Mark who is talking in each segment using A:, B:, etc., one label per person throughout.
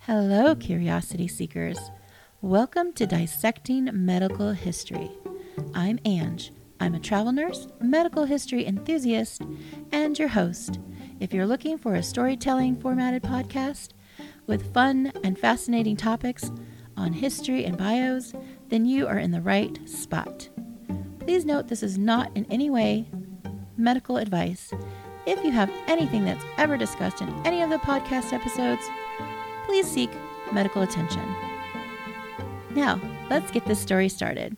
A: Hello, curiosity seekers. Welcome to Dissecting Medical History. I'm Ange. I'm a travel nurse, medical history enthusiast, and your host. If you're looking for a storytelling formatted podcast with fun and fascinating topics on history and bios, then you are in the right spot. Please note this is not in any way medical advice. If you have anything that's ever discussed in any of the podcast episodes, please seek medical attention. Now, let's get this story started.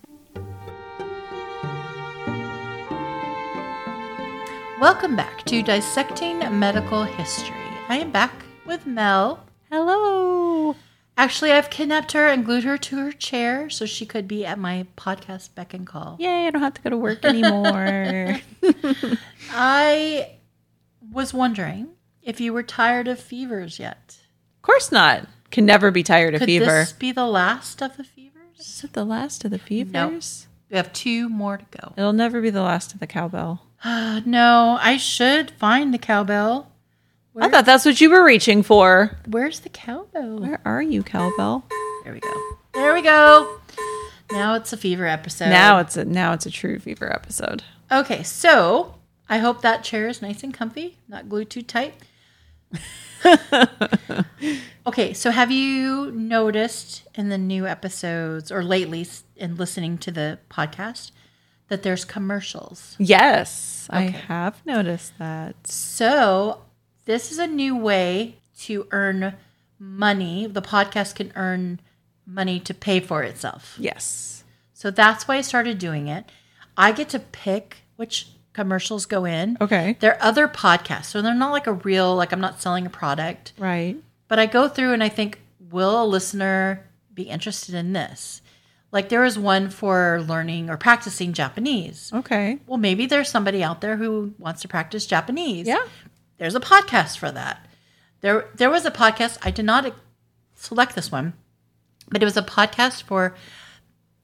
A: Welcome back to Dissecting Medical History. I am back with Mel.
B: Hello.
A: Actually, I've kidnapped her and glued her to her chair so she could be at my podcast beck and call.
B: Yay, I don't have to go to work anymore.
A: I was wondering if you were tired of fevers yet.
B: of course not. Can never be tired of
A: Could
B: fever.
A: this be the last of the fevers?
B: Is it the last of the fevers?
A: We have two more to go.
B: It'll never be the last of the cowbell.
A: Uh, no, I should find the cowbell.
B: I thought that's what you were reaching for.
A: Where's the cowbell?
B: Where are you, cowbell?
A: There we go. There we go. Now it's a fever episode.
B: Now it's a now it's a true fever episode.
A: Okay, so I hope that chair is nice and comfy, not glued too tight. okay, so have you noticed in the new episodes or lately s- in listening to the podcast that there's commercials?
B: Yes, I
A: Okay.
B: have noticed that.
A: So, this is a new way to earn money. The podcast can earn money to pay for itself.
B: Yes.
A: So that's why I started doing it. I get to pick which commercials go in.
B: Okay.
A: They're other podcasts. So they're not like a real, like I'm not selling a product,
B: Right.
A: but I go through and I think, will a listener be interested in this? Like there was one for learning or practicing Japanese.
B: Okay.
A: Well, maybe there's somebody out there who wants to practice Japanese.
B: Yeah.
A: There's a podcast for that. There there was a podcast I did not select this one, but it was a podcast for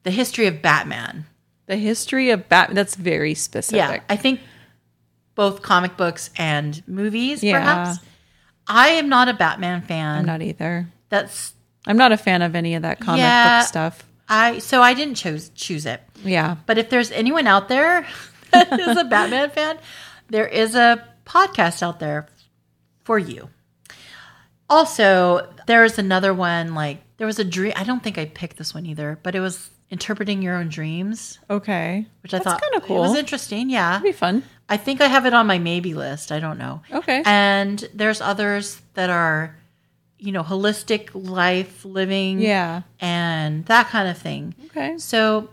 A: the history of Batman.
B: The history of Batman that's very
A: Yeah,
B: specific.
A: I think both comic books and movies,
B: Yeah.
A: perhaps. I am not a Batman fan.
B: I'm not either.
A: That's
B: I'm not a fan of any of that comic
A: Yeah.
B: book stuff.
A: I. So I didn't choose choose it.
B: Yeah.
A: But if there's anyone out there that is a Batman fan, there is a podcast out there for you. Also, there is another one like there was a dream. I don't think I picked this one either, but it was interpreting your own dreams,
B: Okay.
A: which I
B: That's
A: thought
B: kinda
A: It was
B: cool.
A: interesting. Yeah,
B: That'd be fun.
A: I think I have it on my maybe list. I don't know.
B: Okay.
A: And there's others that are, you know, holistic life living,
B: yeah.
A: and that kind of thing.
B: Okay.
A: So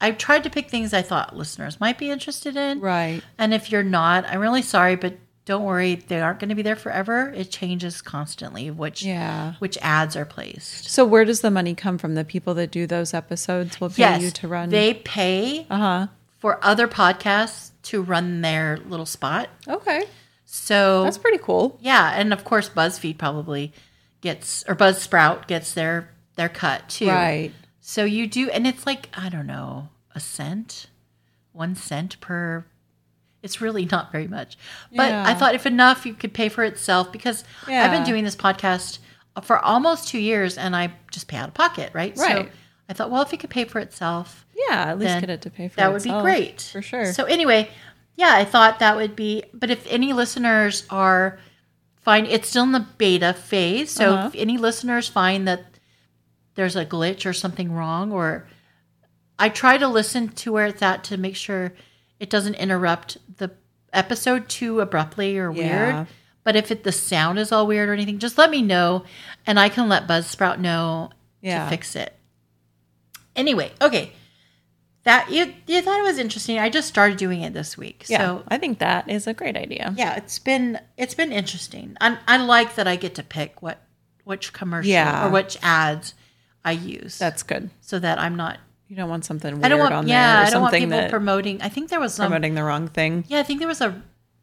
A: I tried to pick things I thought listeners might be interested in.
B: Right.
A: And if you're not, I'm really sorry, but don't worry, they aren't going to be there forever. It changes constantly which
B: Yeah.
A: which ads are placed.
B: So where does the money come from? The people that do those episodes will pay
A: yes,
B: you to run.
A: they pay
B: uh huh.
A: for other podcasts to run their little spot.
B: Okay.
A: So
B: That's pretty cool.
A: yeah, and of course BuzzFeed probably gets or Buzzsprout gets their their cut too.
B: Right.
A: So you do, and it's like I don't know, a cent, one cent per. It's really not very much, but I
B: Yeah.
A: thought if enough, you could pay for itself because I've been
B: Yeah.
A: doing this podcast for almost two years, and I just pay out of pocket, right? So
B: Right.
A: I thought, well, if it could pay for itself,
B: Yeah. At least
A: Then
B: get it to pay for
A: that would
B: itself,
A: be great
B: oh, for sure.
A: So anyway, yeah, I thought that would be. But if any listeners are find it's still in the beta phase, so
B: Uh-huh.
A: if any listeners find that there's a glitch or something wrong, or I try to listen to where it's at to make sure it doesn't interrupt the episode too abruptly or
B: Yeah.
A: weird. But if it, the sound is all weird or anything, just let me know, and I can let Buzzsprout know
B: Yeah.
A: to fix it. Anyway, okay. That you you thought it was interesting. I just started doing it this week.
B: yeah.
A: So
B: I think that is a great idea.
A: yeah, it's been it's been interesting. I I like that I get to pick what which commercial
B: Yeah.
A: or which ads I use.
B: That's good.
A: so that I'm not
B: You don't want something weird
A: I don't
B: on
A: want
B: there
A: yeah,
B: or
A: I don't want
B: something
A: people
B: that
A: promoting. I think there was some
B: promoting the wrong thing.
A: Yeah, I think there was a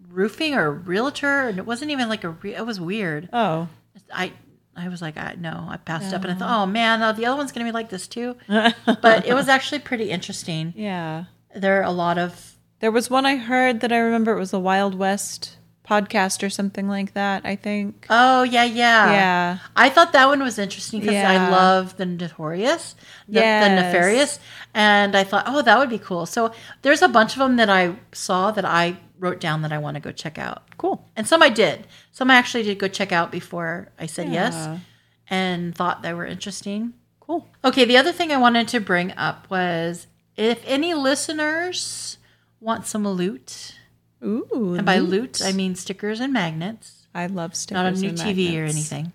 A: roofing or a realtor and it wasn't even like a re- it was weird.
B: Oh.
A: I I was like, I no, I passed up and I thought, "Oh man, now the other one's going to be like this too." but it was actually pretty interesting.
B: Yeah.
A: There are a lot of
B: There was one I heard that I remember it was the Wild West podcast or something like that, I think.
A: Oh yeah, yeah,
B: Yeah.
A: I thought that one was interesting because I
B: Yeah.
A: love the notorious, the, the
B: Yes.
A: nefarious, and I thought, oh, that would be cool. So there's a bunch of them that I saw that I wrote down that I want to go check out,
B: Cool.
A: and some I did. Some I actually did go check out before I said
B: Yeah.
A: yes, and thought they were interesting.
B: Cool.
A: Okay, the other thing I wanted to bring up was if any listeners want some loot,
B: Ooh.
A: and by loot I mean stickers and magnets
B: I love stickers.
A: not on new
B: and
A: TV or
B: magnets.
A: anything,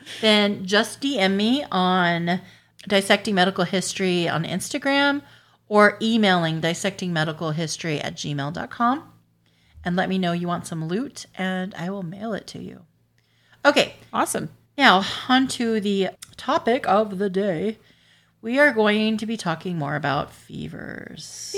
A: then just DM me on dissecting medical history on Instagram or emailing dissecting medical history at gmail.com and let me know you want some loot and I will mail it to you. Okay,
B: Awesome.
A: now on to the topic of the day. We are going to be talking more about fevers.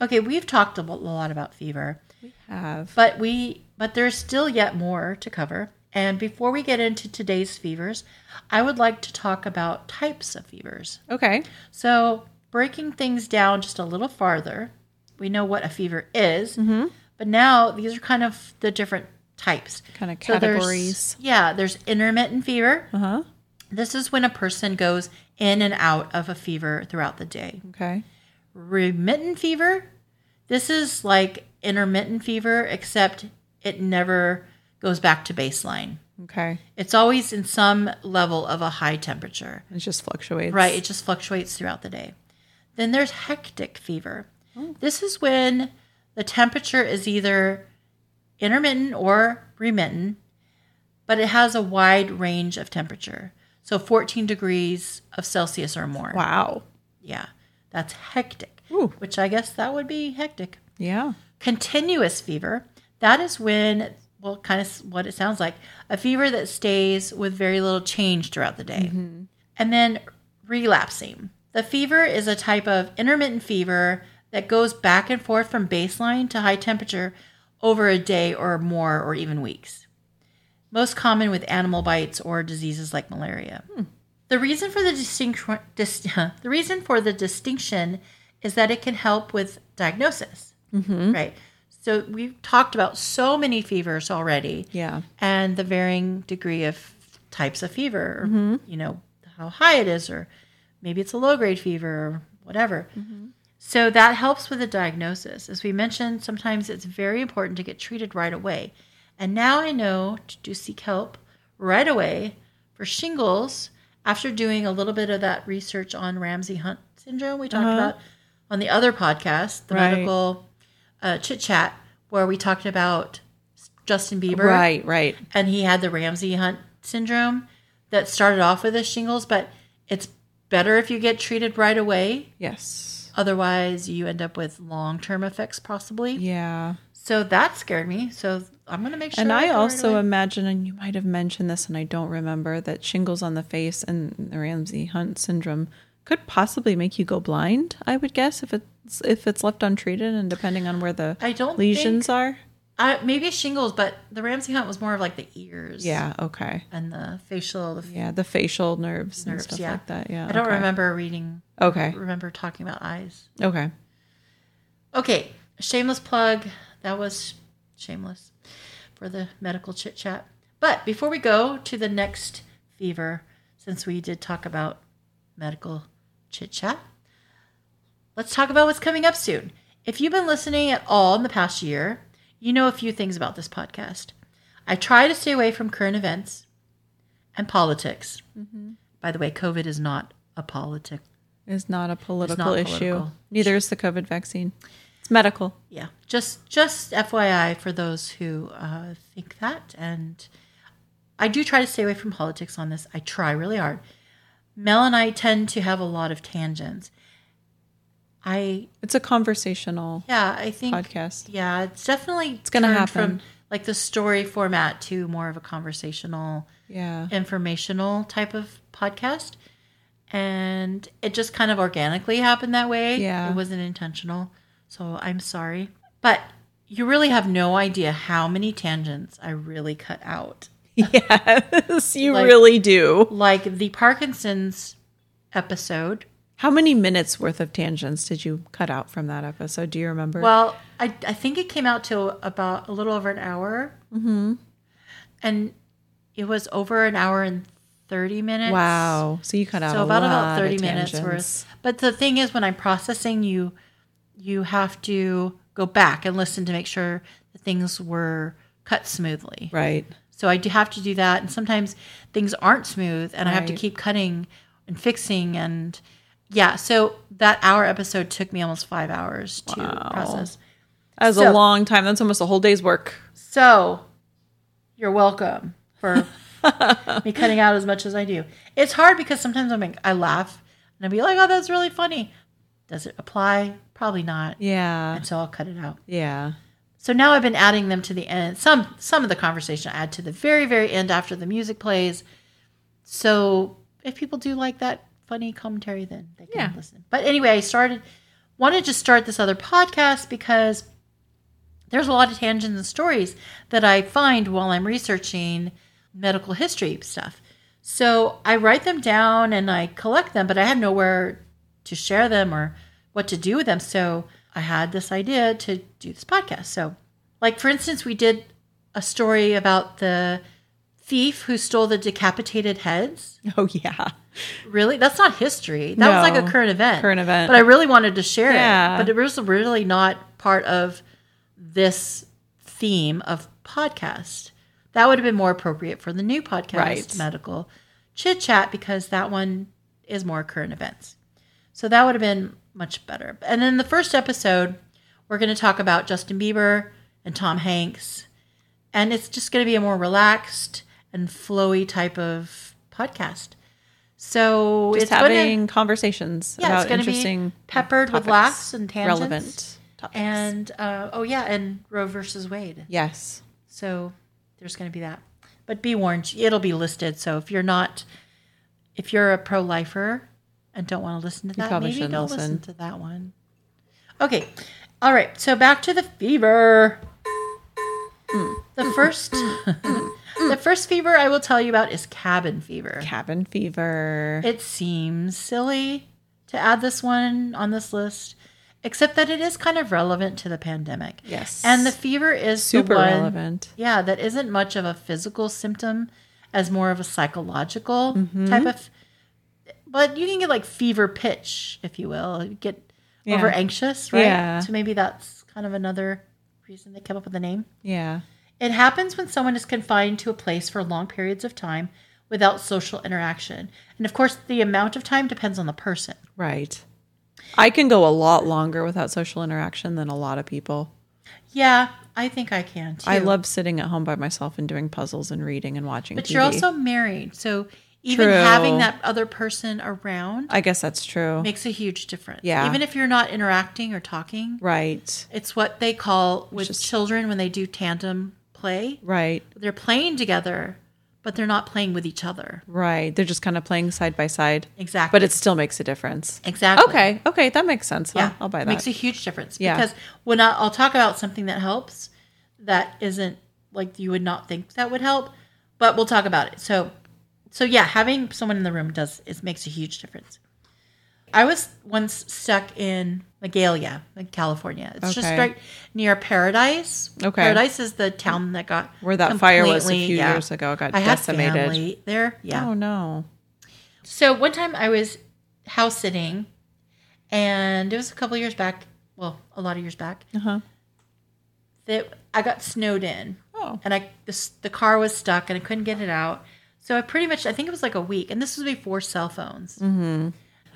A: Okay, we've talked a lo- a lot about fever.
B: Have.
A: But we but there's still yet more to cover. And before we get into today's fevers, I would like to talk about types of fevers.
B: Okay.
A: So, breaking things down just a little farther, we know what a fever is, but now these are kind of the different types.
B: Kind of
A: So there's-
B: categories.
A: yeah, there's intermittent fever.
B: Uh huh.
A: This is when a person goes in and out of a fever throughout the day.
B: Okay.
A: remittent fever. This is like intermittent fever, except it never goes back to baseline.
B: Okay.
A: It's always in some level of a high temperature,
B: It just fluctuates.
A: right? It just fluctuates throughout the day. Then there's hectic fever. This is when the temperature is either intermittent or remittent, but it has a wide range of temperature. So 14 degrees of Celsius or more.
B: Wow.
A: Yeah, that's hectic,
B: Ooh.
A: which I guess that would be hectic.
B: Yeah.
A: Continuous fever, that is when, well, kind of what it sounds like, a fever that stays with very little change throughout the day. And then relapsing. The fever is a type of intermittent fever that goes back and forth from baseline to high temperature over a day or more, or even weeks. Most common with animal bites or diseases like malaria. The reason for the distinction dis, the reason for the distinction is that it can help with diagnosis, right? So we've talked about so many fevers already,
B: Yeah.
A: and the varying degree of types of fever, or,
B: Mm-hmm.
A: you know, how high it is, or maybe it's a low grade fever or whatever.
B: Mm-hmm.
A: So that helps with the diagnosis. As we mentioned, sometimes it's very important to get treated right away. And now I know to, to seek help right away for shingles after doing a little bit of that research on Ramsey Hunt syndrome we talked about on the other podcast, the
B: Uh-huh. Right.
A: medical uh, chit chat, where we talked about Justin Bieber
B: Right. Right.
A: and he had the Ramsey Hunt syndrome that started off with the shingles, but it's better if you get treated right away.
B: Yes.
A: Otherwise, you end up with long term effects possibly.
B: Yeah.
A: So that scared me. So I'm going to make sure.
B: And I
A: go right
B: also
A: away.
B: imagine, and you might have mentioned this, and I don't remember, that shingles on the face and the Ramsey Hunt syndrome could possibly make you go blind. I would guess if it's if it's left untreated, and depending on where the
A: I don't
B: lesions are.
A: I, maybe shingles, but the Ramsey Hunt was more of like the ears.
B: Yeah. Okay.
A: And the facial. The,
B: Yeah, the facial nerves, and
A: Nerves,
B: stuff
A: yeah.
B: like that. Yeah.
A: I don't
B: okay.
A: remember reading,
B: Okay.
A: remember talking about eyes.
B: Okay.
A: Okay, shameless plug. That was shameless for the medical chit chat. But before we go to the next fever, since we did talk about medical chit chat, let's talk about what's coming up soon. If you've been listening at all in the past year, you know a few things about this podcast. I try to stay away from current events and politics. By the way, COVID is not a politic.
B: Is not a political issue.
A: political.
B: Neither is the COVID vaccine. It's medical.
A: yeah just just fyi for those who uh, think that and i do try to stay away from politics on this i try really hard mel and i tend to have a lot of tangents i
B: It's a conversational
A: yeah i think
B: podcast.
A: yeah it's definitely it's
B: gonna
A: from
B: happen.
A: like the story format to more of a conversational
B: Yeah.
A: informational type of podcast and it just kind of organically happened that way
B: Yeah.
A: it wasn't intentional so i'm sorry but you really have no idea how many tangents i really cut out
B: Yes, you
A: Like-
B: really do.
A: like the parkinson's episode
B: How many minutes worth of tangents did you cut out from that episode? Do you remember?
A: Well, I, I think it came out to about a little over an hour. Mm-hmm. And it was over an hour and 30 minutes.
B: wow. So you cut out
A: So about
B: a lot
A: about 30
B: of
A: minutes
B: tangents.
A: worth. But the thing is when I'm processing you you have to go back and listen to make sure that things were cut smoothly.
B: Right.
A: So I do have to do that and sometimes things aren't smooth and I have to
B: Right.
A: keep cutting and fixing and yeah, so that hour episode took me almost 5 hours to process.
B: That was a
A: So-
B: long time. That's almost a whole day's work.
A: So you're welcome for me cutting out as much as I do. It's hard because sometimes I'm like, I laugh and I'll be like, oh, that's really funny. Does it apply? Probably not.
B: Yeah.
A: And so I'll cut it out.
B: Yeah.
A: So now I've been adding them to the end. Some some of the conversation I add to the very, very end after the music plays. So if people do like that funny commentary, then they can
B: Yeah.
A: listen. But anyway, I started wanted to start this other podcast because there's a lot of tangents and stories that I find while I'm researching medical history stuff. So I write them down and I collect them, but I had nowhere to share them or what to do with them. So I had this idea to do this podcast. So, like for instance, we did a story about the thief who stole the decapitated heads.
B: Oh, yeah.
A: Really? That's not history. That was
B: No.
A: like a current event.
B: Current event.
A: But I really wanted to share
B: Yeah.
A: it. But it was really not part of this theme of podcast. That would have been more appropriate for the new podcast,
B: Right.
A: Medical Chit Chat, because that one is more current events. So that would have been much better. And then the first episode, we're going to talk about Justin Bieber and Tom Hanks. And it's just going to be a more relaxed and flowy type of podcast. So
B: Just
A: it's
B: having
A: going to,
B: conversations
A: yeah,
B: about
A: it's going to
B: interesting
A: be peppered with
B: topics,
A: laughs and tangents.
B: relevant topics.
A: And uh, oh yeah, and Roe versus Wade.
B: yes.
A: So there's going to be that. But be warned, it'll be listed. So if you're not, if you're a pro lifer and don't want to listen to that,
B: probably
A: maybe
B: shouldn't
A: don't
B: listen.
A: listen. to that one. Okay. All right. So back to the fever.
B: Mm.
A: The first, the first fever I will tell you about is cabin fever.
B: Cabin fever.
A: It seems silly to add this one on this list, except that it is kind of relevant to the pandemic.
B: Yes.
A: And the fever is the
B: Super
A: one-
B: relevant.
A: Yeah, that isn't much of a physical symptom as more of a psychological
B: Mm-hmm.
A: type of but you can get like fever pitch, if you will. You get
B: Yeah.
A: over anxious, right?
B: Yeah.
A: So maybe that's kind of another reason they came up with the name.
B: Yeah.
A: It happens when someone is confined to a place for long periods of time without social interaction. And of course, the amount of time depends on the person.
B: Right. I can go a lot longer without social interaction than a lot of people.
A: Yeah, I think I can too.
B: I love sitting at home by myself and doing puzzles and reading and watching
A: But
B: TV.
A: you're also married. So even
B: True.
A: having that other person around
B: I guess that's true.
A: makes a huge difference.
B: Yeah.
A: Even if you're not interacting or talking,
B: Right.
A: it's what they call with
B: just-
A: children when they do tandem play.
B: Right.
A: They're playing together, but they're not playing with each other.
B: Right. They're just kind of playing side by side.
A: Exactly.
B: But it still makes a difference.
A: exactly
B: Okay. Okay. That makes sense. Yeah.
A: Yeah,
B: I'll, I'll buy
A: It
B: that.
A: Makes a huge difference
B: Yeah.
A: because when I, I'll talk about something that helps, that isn't like you would not think that would help, but we'll talk about it. So, so yeah, having someone in the room does it makes a huge difference. I was once stuck in Magalia, like California. It's just
B: Okay.
A: right near Paradise.
B: Okay.
A: Paradise is the town that got
B: Where that fire was a
A: completely-
B: few
A: yeah.
B: years ago got
A: I had
B: decimated.
A: family there. Yeah.
B: Oh, no.
A: So one time I was house sitting, and it was a couple years back. Well, a lot of years back
B: Uh huh.
A: that I got snowed in,
B: Oh.
A: and I this, the car was stuck, and I couldn't get it out. So I pretty much I think it was like a week, and this was before cell phones. Mm-hmm.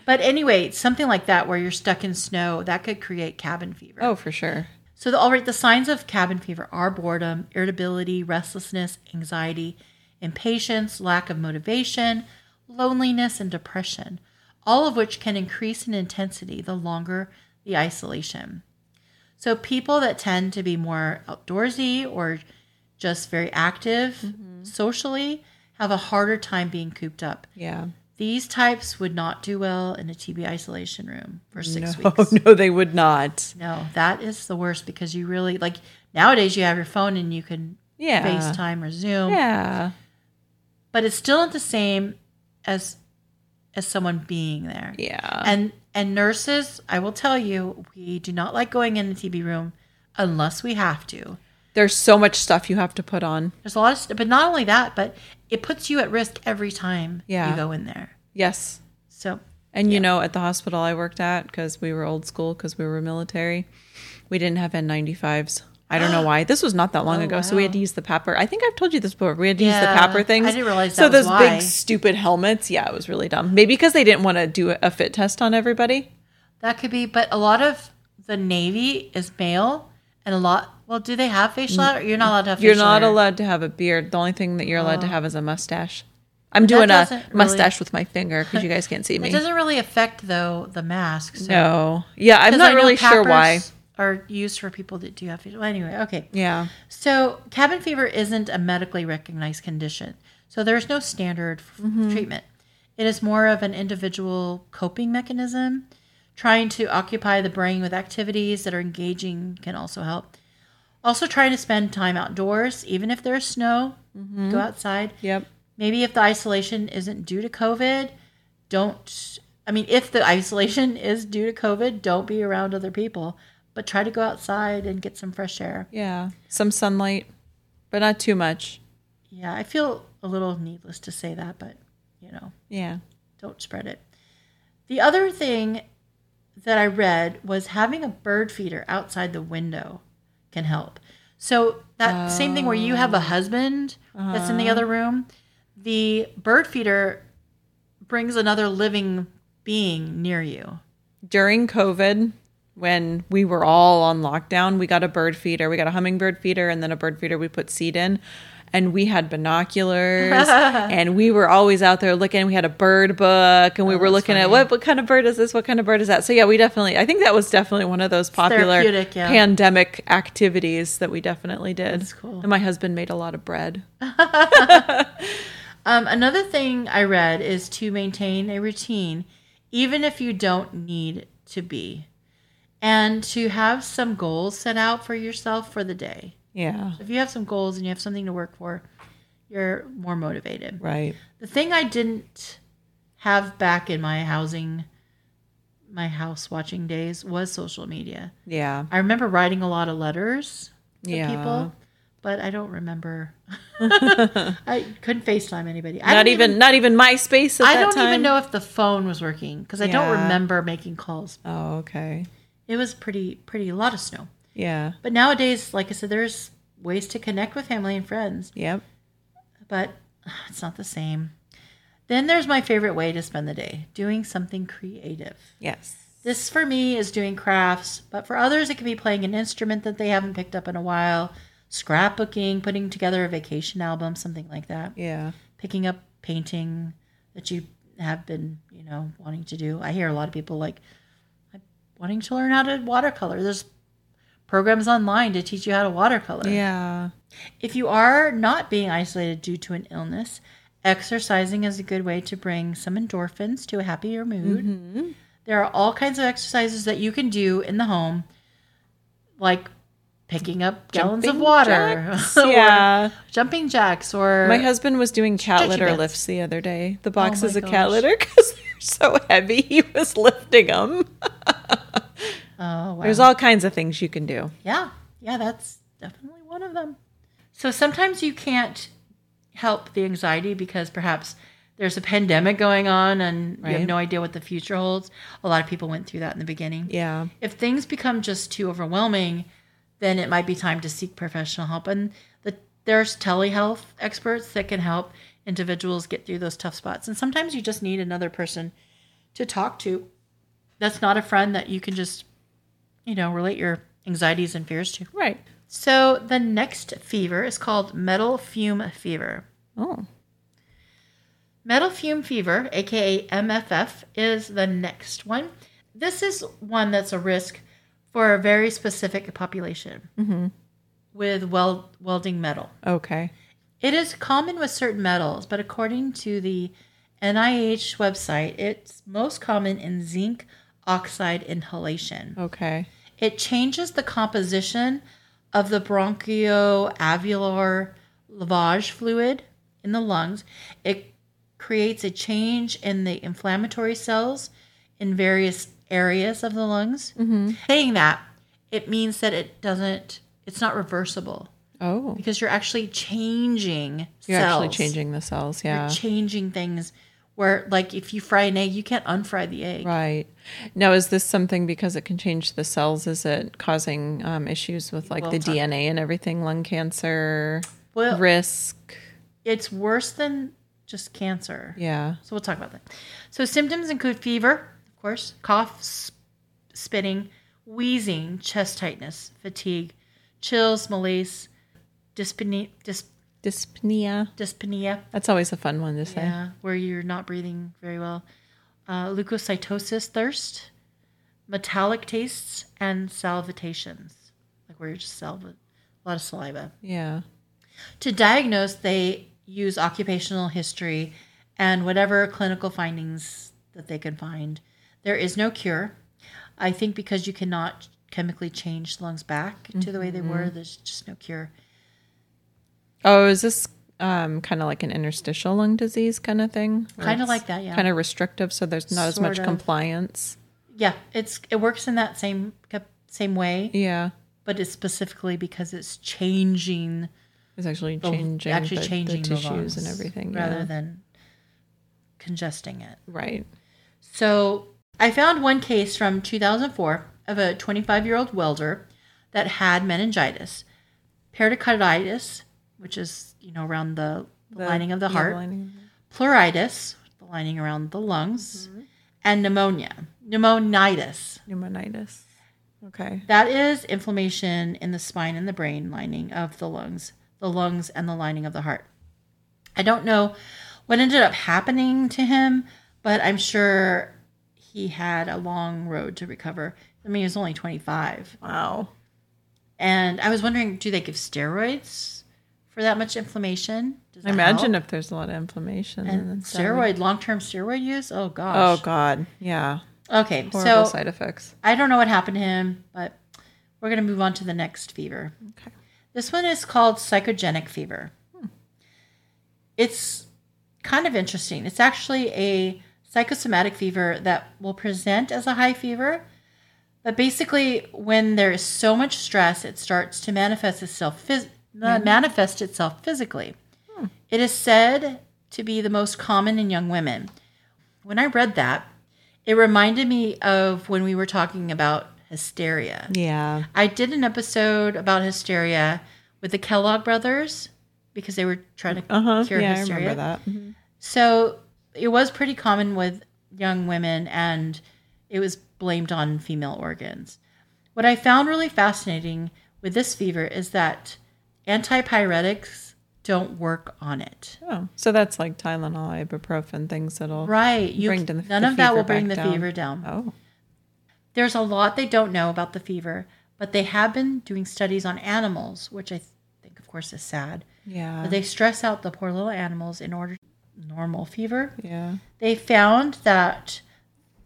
A: But anyway, something like that where you're stuck in snow that could create cabin fever.
B: Oh, for sure.
A: So the, all right, the signs of cabin fever are boredom, irritability, restlessness, anxiety, impatience, lack of motivation, loneliness, and depression, all of which can increase in intensity the longer the isolation. So people that tend to be more outdoorsy or just very active socially have a harder time being cooped up.
B: Yeah.
A: These types would not do well in a TB isolation room for six
B: Oh,
A: weeks.
B: no, they would not.
A: No, that is the worst because you really like nowadays you have your phone and you can
B: Yeah.
A: FaceTime or Zoom,
B: Yeah.
A: but it's still not the same as as someone being there.
B: Yeah.
A: And and nurses, I will tell you, we do not like going in the TB room unless we have to.
B: There's so much stuff you have to put on.
A: There's a lot of, st- but not only that, but it puts you at risk every time
B: Yeah.
A: you go in there.
B: Yes.
A: So
B: And you know, at the hospital I worked at, because we were old school, because we were military, we didn't have N95s. I don't know why. This was not that long ago, so we had to use the papper. I think I've told you this before. We had to use the
A: Oh, Yeah, I
B: papper things.
A: didn't realize
B: so
A: that was
B: those
A: why.
B: big stupid helmets. Yeah, it was really dumb. Maybe because they didn't want to do a fit test on everybody.
A: that could be, but a lot of the Navy is male, and a lot. Well, do they have facial? hair? You're not allowed to have.
B: You're
A: facial
B: not
A: hair.
B: allowed to have a beard. The only thing that you're allowed to have is a mustache. I'm doing a
A: Oh. doesn't really-
B: mustache with my finger because you guys can't see
A: It
B: me.
A: doesn't really affect though the masks. So.
B: No. Yeah, I'm
A: 'Cause I
B: not
A: know
B: really sure why.
A: Pappers Are used for people that do have facial. Anyway, okay.
B: Yeah.
A: So, cabin fever isn't a medically recognized condition. So, there's no standard f-
B: Mm-hmm.
A: treatment. It is more of an individual coping mechanism. Trying to occupy the brain with activities that are engaging can also help. Also, trying to spend time outdoors, even if there's snow,
B: Mm-hmm.
A: go outside.
B: Yep.
A: Maybe if the isolation isn't due to COVID, don't. I mean, if the isolation is due to COVID, don't be around other people, but try to go outside and get some fresh air.
B: Yeah. Some sunlight, but not too much.
A: Yeah, I feel a little needless to say that, but you know,
B: Yeah.
A: don't spread it. The other thing that I read was having a bird feeder outside the window can help. So that same thing where you have a husband that's in the other room, the bird feeder brings another living being near you.
B: During COVID, when we were all on lockdown, we got a bird feeder. We got a hummingbird feeder and then a bird feeder we put seed in. And we had binoculars and we were always out there looking. We had a bird book and we were looking at what, what kind of bird is this? What kind of bird is that? So, yeah, we definitely, I think that was definitely one of those popular
A: therapeutic, yeah.
B: pandemic activities that we definitely did.
A: That's cool.
B: And my husband made a lot of bread.
A: Um, another thing I read is to maintain a routine, even if you don't need to be, and to have some goals set out for yourself for the day.
B: Yeah.
A: If you have some goals and you have something to work for, you're more motivated.
B: Right.
A: The thing I didn't have back in my housing, my house watching days was social media.
B: Yeah.
A: I remember writing a lot of letters to
B: Yeah.
A: people, but I don't remember. I couldn't FaceTime anybody. I
B: not
A: don't
B: even, not even MySpace at
A: I
B: that
A: don't
B: time.
A: even know if the phone was working because I don't
B: Yeah.
A: remember making calls.
B: Oh, okay.
A: It was pretty, pretty a lot of snow.
B: Yeah.
A: But nowadays, like I said, there's ways to connect with family and friends,
B: Yep.
A: but it's not the same. Then there's my favorite way to spend the day doing something creative.
B: Yes.
A: This for me is doing crafts, but for others, it could be playing an instrument that they haven't picked up in a while, scrapbooking, putting together a vacation album, something like that.
B: Yeah.
A: picking up painting that you have been, you know, wanting to do. I hear a lot of people like "I'm wanting to learn how to watercolor. There's programs online to teach you how to watercolor.
B: Yeah.
A: If you are not being isolated due to an illness, exercising is a good way to bring some endorphins to a happier mood.
B: Mm-hmm.
A: There are all kinds of exercises that you can do in the home, like picking up gallons of
B: Jumping
A: water,
B: jacks?
A: or
B: yeah.
A: jumping jacks, or
B: My husband was doing cat
A: Stretchy
B: litter
A: bits. Oh
B: lifts the other day. The boxes
A: my
B: of cat
A: gosh.
B: litter because they're so heavy. He was lifting them.
A: oh, wow.
B: There's all kinds of things you can do.
A: Yeah. Yeah, that's definitely one of them. So sometimes you can't help the anxiety because perhaps there's a pandemic going on and you have
B: Right.
A: no idea what the future holds. A lot of people went through that in the beginning.
B: Yeah.
A: If things become just too overwhelming, then it might be time to seek professional help. And the, there's telehealth experts that can help individuals get through those tough spots. And sometimes you just need another person to talk to that's not a friend that you can just, you know, relate your anxieties and fears to.
B: Right.
A: So the next fever is called metal fume fever.
B: Oh.
A: Metal fume fever, aka MFF, is the next one. This is one that's a risk for a very specific population with weld- welding metal.
B: Okay.
A: It is common with certain metals, but according to the NIH website, it's most common in zinc oxide inhalation.
B: Okay.
A: It changes the composition of the bronchoalveolar lavage fluid in the lungs. It creates a change in the inflammatory cells in various areas of the lungs.
B: Mm-hmm.
A: Saying that, it means that it doesn't, it's not reversible
B: Oh,
A: because you're actually changing
B: you're
A: cells.
B: actually changing the cells. Yeah.
A: You're changing things where, like, if you fry an egg, you can't unfry the egg.
B: Right. Now, is this something because it can change the cells? Is it causing um, issues with like
A: We'll
B: the
A: talk-
B: DNA and everything, lung cancer
A: Well-
B: risk?
A: It's worse than just cancer.
B: Yeah.
A: So we'll talk about that. So symptoms include fever, of course, cough, sp- spitting, wheezing, chest tightness, fatigue, chills, malaise, dyspne- dys-
B: Dyspnea.
A: dyspnea,
B: That's always a fun one to say.
A: yeah, where you're not breathing very well, uh, leukocytosis, thirst, metallic tastes, and salivatations, like where you're just saliva, a lot of saliva.
B: Yeah.
A: To diagnose, they use occupational history and whatever clinical findings that they can find. There is no cure. I think because you cannot chemically change lungs back to the way
B: Mm-hmm.
A: they were, there's just no cure.
B: Oh, is this um, kind of like an interstitial lung disease kind of thing?
A: Kinda like that, yeah.
B: Kind of restrictive, so there's not as much
A: Sort of.
B: compliance.
A: Yeah, it's it works in that same same way,
B: Yeah.
A: but it's specifically because it's changing
B: It's actually
A: the-
B: changing,
A: actually
B: the, the
A: changing the
B: tissues and
A: lungs
B: everything.
A: rather
B: yeah.
A: than congesting it.
B: right.
A: So I found one case from 2004 of a 25 year old welder that had meningitis, pericarditis, which is, you know, around the, the lining of the
B: yeah,
A: heart,
B: lining.
A: pleuritis, the lining around the lungs, and pneumonia, pneumonitis.
B: Pneumonitis. Okay.
A: That is inflammation in the spine and the brain lining of the lungs, the lungs and the lining of the heart. I don't know what ended up happening to him, but I'm sure he had a long road to recover. I mean, he was only 25.
B: Wow.
A: And I was wondering do they give steroids for that much inflammation? Does
B: I
A: that
B: imagine
A: help?
B: if there's a lot of inflammation
A: And
B: it's done.
A: steroid, long term steroid use? Oh,
B: Oh
A: gosh.
B: God, yeah,
A: okay.
B: Oh, horrible
A: So
B: side effects.
A: I don't know what happened to him, but we're going to move on to the next fever.
B: Okay.
A: This one is called psychogenic fever. Hmm. It's kind of interesting. It's actually a psychosomatic fever that will present as a high fever, but basically, when there is so much stress, it starts to manifest itself phys- uh, manifest itself physically. It is said to be the most common in young women. When I read that, it reminded me of when we were talking about hysteria.
B: Yeah.
A: I did an episode about hysteria with the Kellogg brothers because they were trying to
B: Uh huh.
A: cure Mm-hmm.
B: Yeah, I
A: hysteria.
B: remember that. Mhm.
A: So it was pretty common with young women and it was blamed on female organs. What I found really fascinating with this fever is that antipyretics don't work on it.
B: Oh, so that's like Tylenol, ibuprofen, things that'll.
A: Right. You,
B: Bring the- the
A: none of that
B: fever
A: will bring the
B: back down.
A: fever down.
B: Oh,
A: There's a lot they don't know about the fever, but they have been doing studies on animals, which I th- think, of course, is sad.
B: yeah.
A: They stress out the poor little animals in order to normal fever.
B: yeah.
A: They found that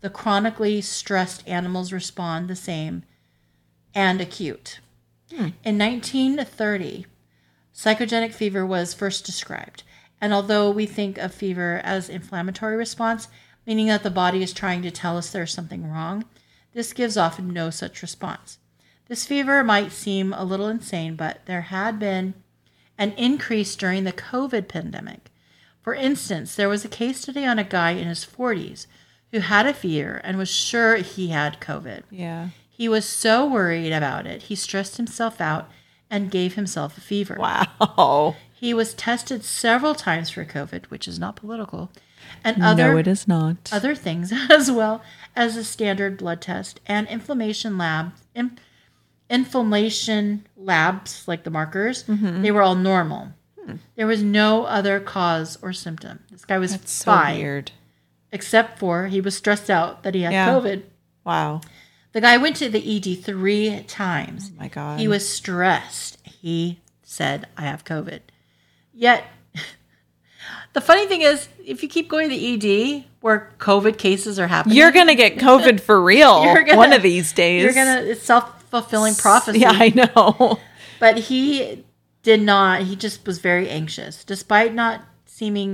A: the chronically stressed animals respond the same and acute. In 1930, psychogenic fever was first described. And although we think of fever as inflammatory response, meaning that the body is trying to tell us there's something wrong, this gives off no such response. This fever might seem a little insane, but there had been an increase during the COVID pandemic. For instance, there was a case today on a guy in his 40s who had a fever and was sure he had COVID.
B: Yeah.
A: He was so worried about it, he stressed himself out and gave himself a fever.
B: Wow.
A: He was tested several times for COVID, which is not political, and other
B: no, it is not.
A: other things as well as a standard blood test and inflammation lab in, inflammation labs like the markers
B: Mm-hmm.
A: they were all normal
B: Hmm.
A: there was no other cause or symptom this guy was
B: That's so
A: fine
B: weird.
A: except for he was stressed out that he had
B: Yeah.
A: covid
B: Wow.
A: the guy went to the ed three times
B: Oh my God.
A: he was stressed. He said, I have COVID. Yet, the funny thing is, if you keep going to the ED where COVID cases are happening,
B: You're gonna get COVID for real
A: You're gonna-
B: one of these days.
A: you're going to, it's self fulfilling prophecy.
B: Yeah, I know.
A: But he did not, he just was very anxious. Despite not seeming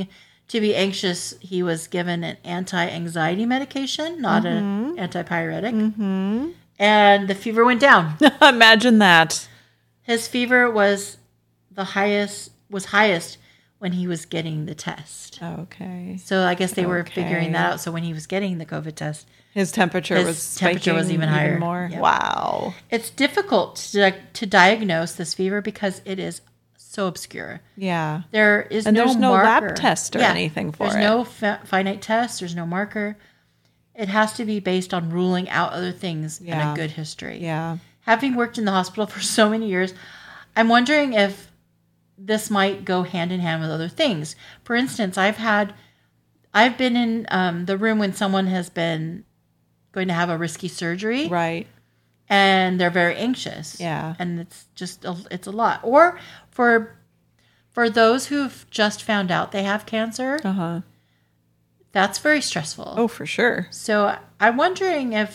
A: To be anxious, he was given an anti anxiety medication, not an
B: Mm-hmm.
A: antipyretic. And the fever went down.
B: Imagine that.
A: His fever was the highest was highest when he was getting the test.
B: Okay.
A: So I guess they were figuring
B: Okay.
A: that out. So when he was getting the COVID test,
B: His temperature
A: His
B: was
A: temperature was
B: spiking
A: even higher.
B: more.
A: Yep.
B: Wow.
A: it's difficult to, to diagnose this fever because it is so obscure.
B: Yeah.
A: There is
B: And
A: no
B: there's no lab
A: marker.
B: test or anything for
A: there's
B: it.
A: no fi- finite test. There's no marker. It has to be based on ruling out other things and
B: Yeah.
A: a good history.
B: Yeah.
A: Having worked in the hospital for so many years, I'm wondering if this might go hand in hand with other things. For instance, I've had, I've been in um, the room when someone has been going to have a risky surgery
B: Right.
A: and they're very anxious.
B: Yeah.
A: and it's just a, it's a lot. Or for for those who've just found out they have cancer,
B: Uh huh.
A: that's very stressful.
B: Oh, for sure.
A: So I'm wondering if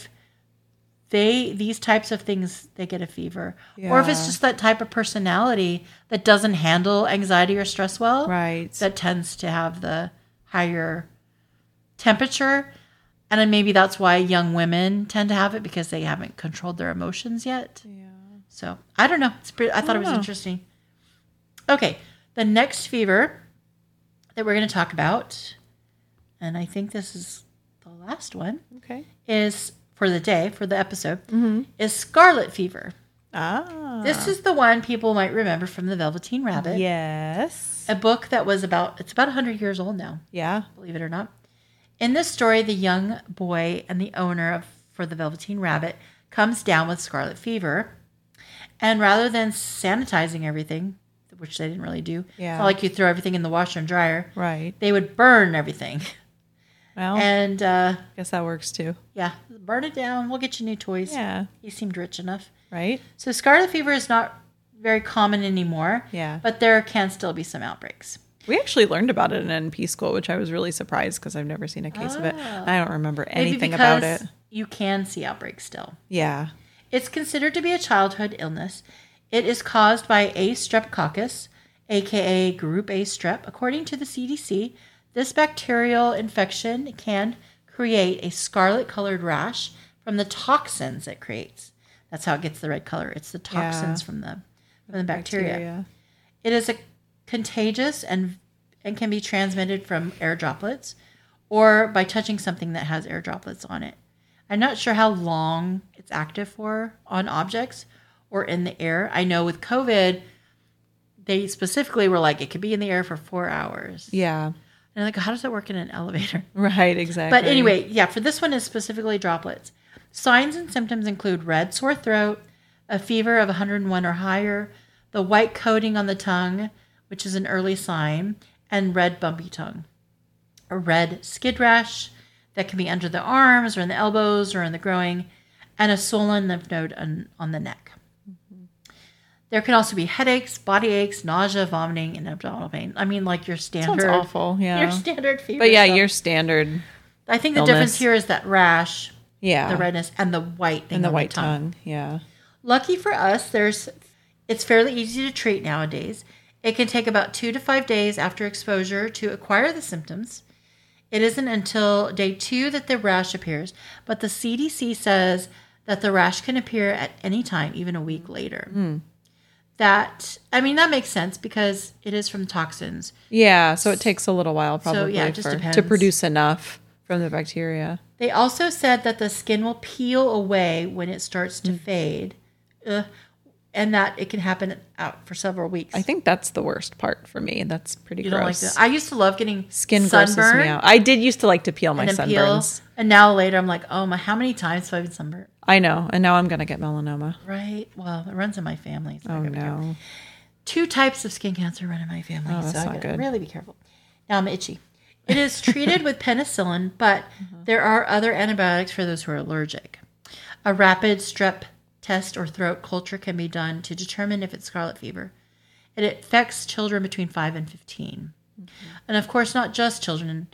A: they these types of things they get a fever, or if it's
B: Yeah.
A: just that type of personality that doesn't handle anxiety or stress well,
B: Right.
A: that tends to have the higher temperature. And then maybe that's why young women tend to have it because they haven't controlled their emotions yet.
B: yeah.
A: So I don't know. It's pretty, I thought it was
B: Yeah.
A: interesting. Okay, the next fever that we're going to talk about, and I think this is the last one,
B: Okay.
A: is for the day for the episode is scarlet fever.
B: Ah.
A: This is the one people might remember from the Velveteen Rabbit,
B: Yes.
A: a book that was about it's about hundred years old now,
B: Yeah.
A: believe it or not. In this story, the young boy and the owner of for the Velveteen Rabbit comes down with scarlet fever. And rather than sanitizing everything, which they didn't really do, it's
B: Yeah.
A: not like you throw everything in the washer and dryer,
B: Right.
A: they would burn everything.
B: Well,
A: And uh,
B: guess that works too.
A: yeah, burn it down. We'll get you new toys.
B: Yeah.
A: He seemed rich enough.
B: Right.
A: So scarlet fever is not very common anymore.
B: Yeah.
A: But there can still be some outbreaks.
B: We actually learned about it in NP school, which I was really surprised because I've never seen a case of it.
A: Ah.
B: I don't remember anything about it.
A: you can see outbreaks still.
B: Yeah.
A: It's considered to be a childhood illness. It is caused by A. streptococcus, aka group A strep. According to the CDC, this bacterial infection can create a scarlet colored rash from the toxins it creates. That's how it gets the red color. It's the toxins from the from the bacteria. It is a contagious and and can be transmitted from air droplets or by touching something that has air droplets on it. I'm not sure how long it's active for on objects or in the air. I know with COVID, they specifically were like it could be in the air for four hours.
B: Yeah.
A: And I'm like, how does that work in an elevator?
B: Right. Exactly.
A: But anyway, yeah, for this one is specifically droplets. Signs and symptoms include red sore throat, a fever of 101 or higher, the white coating on the tongue, which is an early sign, and red bumpy tongue. A red skid rash that can be under the arms or in the elbows or in the groin, and a swollen lymph node on, on the neck.
B: Mm-hmm.
A: There can also be headaches, body aches, nausea, vomiting, and abdominal pain. I mean, like your standard,
B: Sounds awful.
A: your
B: Yeah.
A: standard fever.
B: But yeah,
A: stuff.
B: your standard.
A: I think the
B: illness.
A: difference here is that rash,
B: Yeah.
A: the redness, and the white thing
B: and the
A: on
B: white
A: tongue.
B: tongue. Yeah.
A: Lucky for us, there's it's fairly easy to treat nowadays. It can take about two to five days after exposure to acquire the symptoms. It isn't until day two that the rash appears, but the CDC says that the rash can appear at any time, even a week later.
B: Hmm.
A: That I mean that makes sense because it is from toxins.
B: Yeah. So it takes a little while probably
A: yeah, it just
B: for-
A: depends.
B: to produce enough from the bacteria.
A: They also said that the skin will peel away when it starts
B: Mm.
A: to fade, Ugh. and that it can happen out for several weeks.
B: I think that's the worst part for me. That's pretty
A: you
B: gross.
A: don't like that. I used to love getting
B: Skin
A: sunburn
B: grosses me out. I did used to like to peel my
A: and then peel,
B: sunburns.
A: and now later I'm like, oh my, how many times have I been sunburned?
B: I know. And now I'm going to get melanoma.
A: Right. Well, it runs in my family. So I
B: Oh,
A: gotta be careful.
B: no.
A: Two types of skin cancer run in my family,
B: Oh,
A: so
B: that's
A: I
B: not
A: gotta
B: good.
A: really be careful. Now I'm itchy. It is treated with penicillin, but
B: Mm-hmm.
A: there are other antibiotics for those who are allergic. A rapid strep test or throat culture can be done to determine if it's scarlet fever. It affects children between 5 and 15.
B: Mm-hmm.
A: And of course, not just children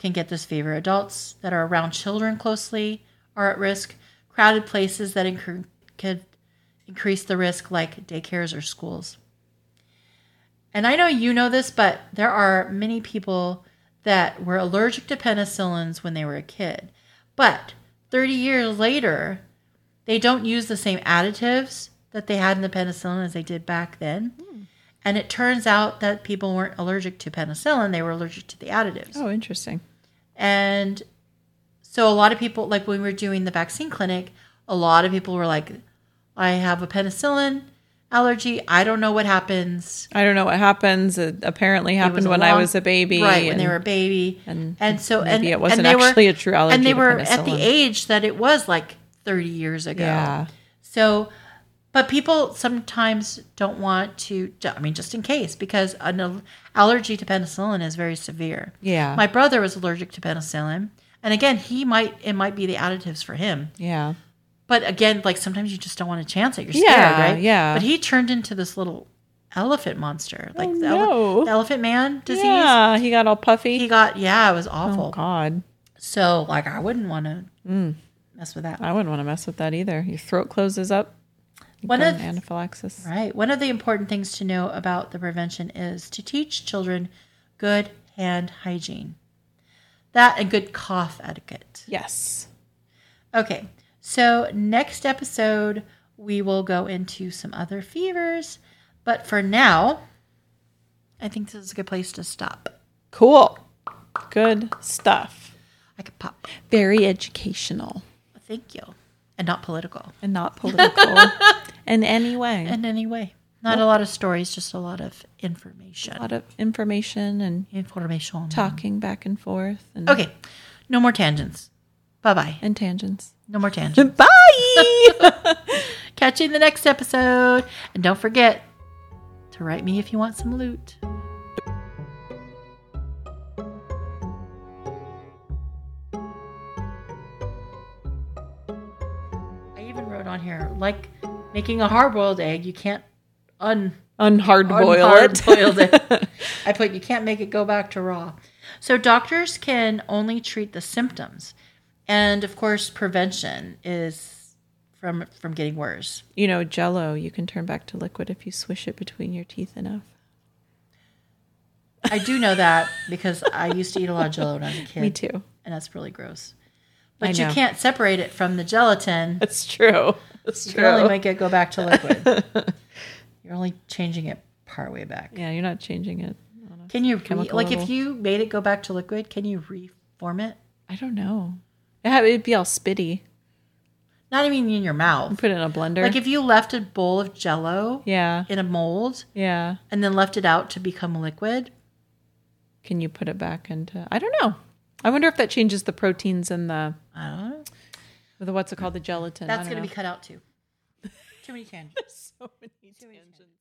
A: can get this fever. Adults that are around children closely are at risk. Crowded places that incre- could increase the risk, like daycares or schools. And I know you know this, but there are many people that were allergic to penicillins when they were a kid. But 30 years later, they don't use the same additives that they had in the penicillin as they did back then. And it turns out that people weren't allergic to penicillin, they were allergic to the additives.
B: Oh, interesting.
A: And so a lot of people, like when we were doing the vaccine clinic, a lot of people were like, I have a penicillin allergy. I don't know what happens.
B: I don't know what happens. It apparently happened
A: was a
B: when I
A: long-
B: was a baby.
A: Right, when
B: and-
A: they were a baby. And, so, and,
B: maybe it wasn't
A: and they were-
B: actually a true allergy
A: And they
B: to
A: were at the
B: penicillin.
A: age that it was like 30 years ago.
B: Yeah.
A: So, but people sometimes don't want to, I mean, just in case, because an al- allergy to penicillin is very severe.
B: Yeah.
A: My brother was allergic to penicillin. And again, he might, it might be the additives for him.
B: yeah.
A: But again, like sometimes you just don't want to chance it. You're scared,
B: Yeah,
A: right?
B: yeah. Oh,
A: But he turned into this little elephant monster, like the, ele-
B: no.
A: the elephant man disease.
B: Yeah. He got all puffy.
A: He got, yeah, it was
B: oh,
A: awful.
B: God. Mm.
A: so, like, I wouldn't want to mess with that.
B: I wouldn't want to mess with that either. Your throat closes up. You
A: One
B: go
A: of-
B: into anaphylaxis.
A: Right. One of the important things to know about the prevention is to teach children good hand hygiene, that and good cough etiquette.
B: Yes.
A: Okay. So, next episode, we will go into some other fevers. But for now, I think this is a good place to stop.
B: Cool. Good stuff.
A: I could pop.
B: Very educational
A: Thank you. And not political
B: and not political in any way.
A: in any way. Not a lot of stories, just a lot of information.
B: a lot of information and
A: Information.
B: talking back and forth and,
A: Okay. No more tangents. Bye bye.
B: and tangents.
A: No more tangents.
B: Bye.
A: Catch you in the next episode. And don't forget to write me if you want some loot. I even wrote on here like making a hard boiled egg, you can't un
B: Unhard boil it.
A: boiled it. I put you can't make it go back to raw. So doctors can only treat the symptoms. And of course, prevention is from from getting worse.
B: You know, jello, you can turn back to liquid if you swish it between your teeth enough.
A: I do know that because I used to eat a lot of jello when I was a kid.
B: Me too.
A: And that's really gross. But you
B: know.
A: can't separate it from the gelatin.
B: That's true. That's
A: You can only make it go back to liquid. You're only changing it part way back.
B: yeah, you're not changing it.
A: Can you re-
B: Chemical
A: like if
B: level.
A: you made it go back to liquid, can you reform it?
B: I don't know. It ha- It'd be all spitty.
A: Not even in your mouth.
B: Put it in a blender.
A: Like if you left a bowl of jello
B: yeah.
A: in a mold
B: Yeah.
A: and then left it out to become liquid,
B: Can you put it back into? I don't know. I wonder if that changes the proteins in the
A: I don't know.
B: the what's it called the gelatin. I
A: That's
B: don't
A: going to
B: know.
A: be cut out too. Too many tangents.
B: so many tangents.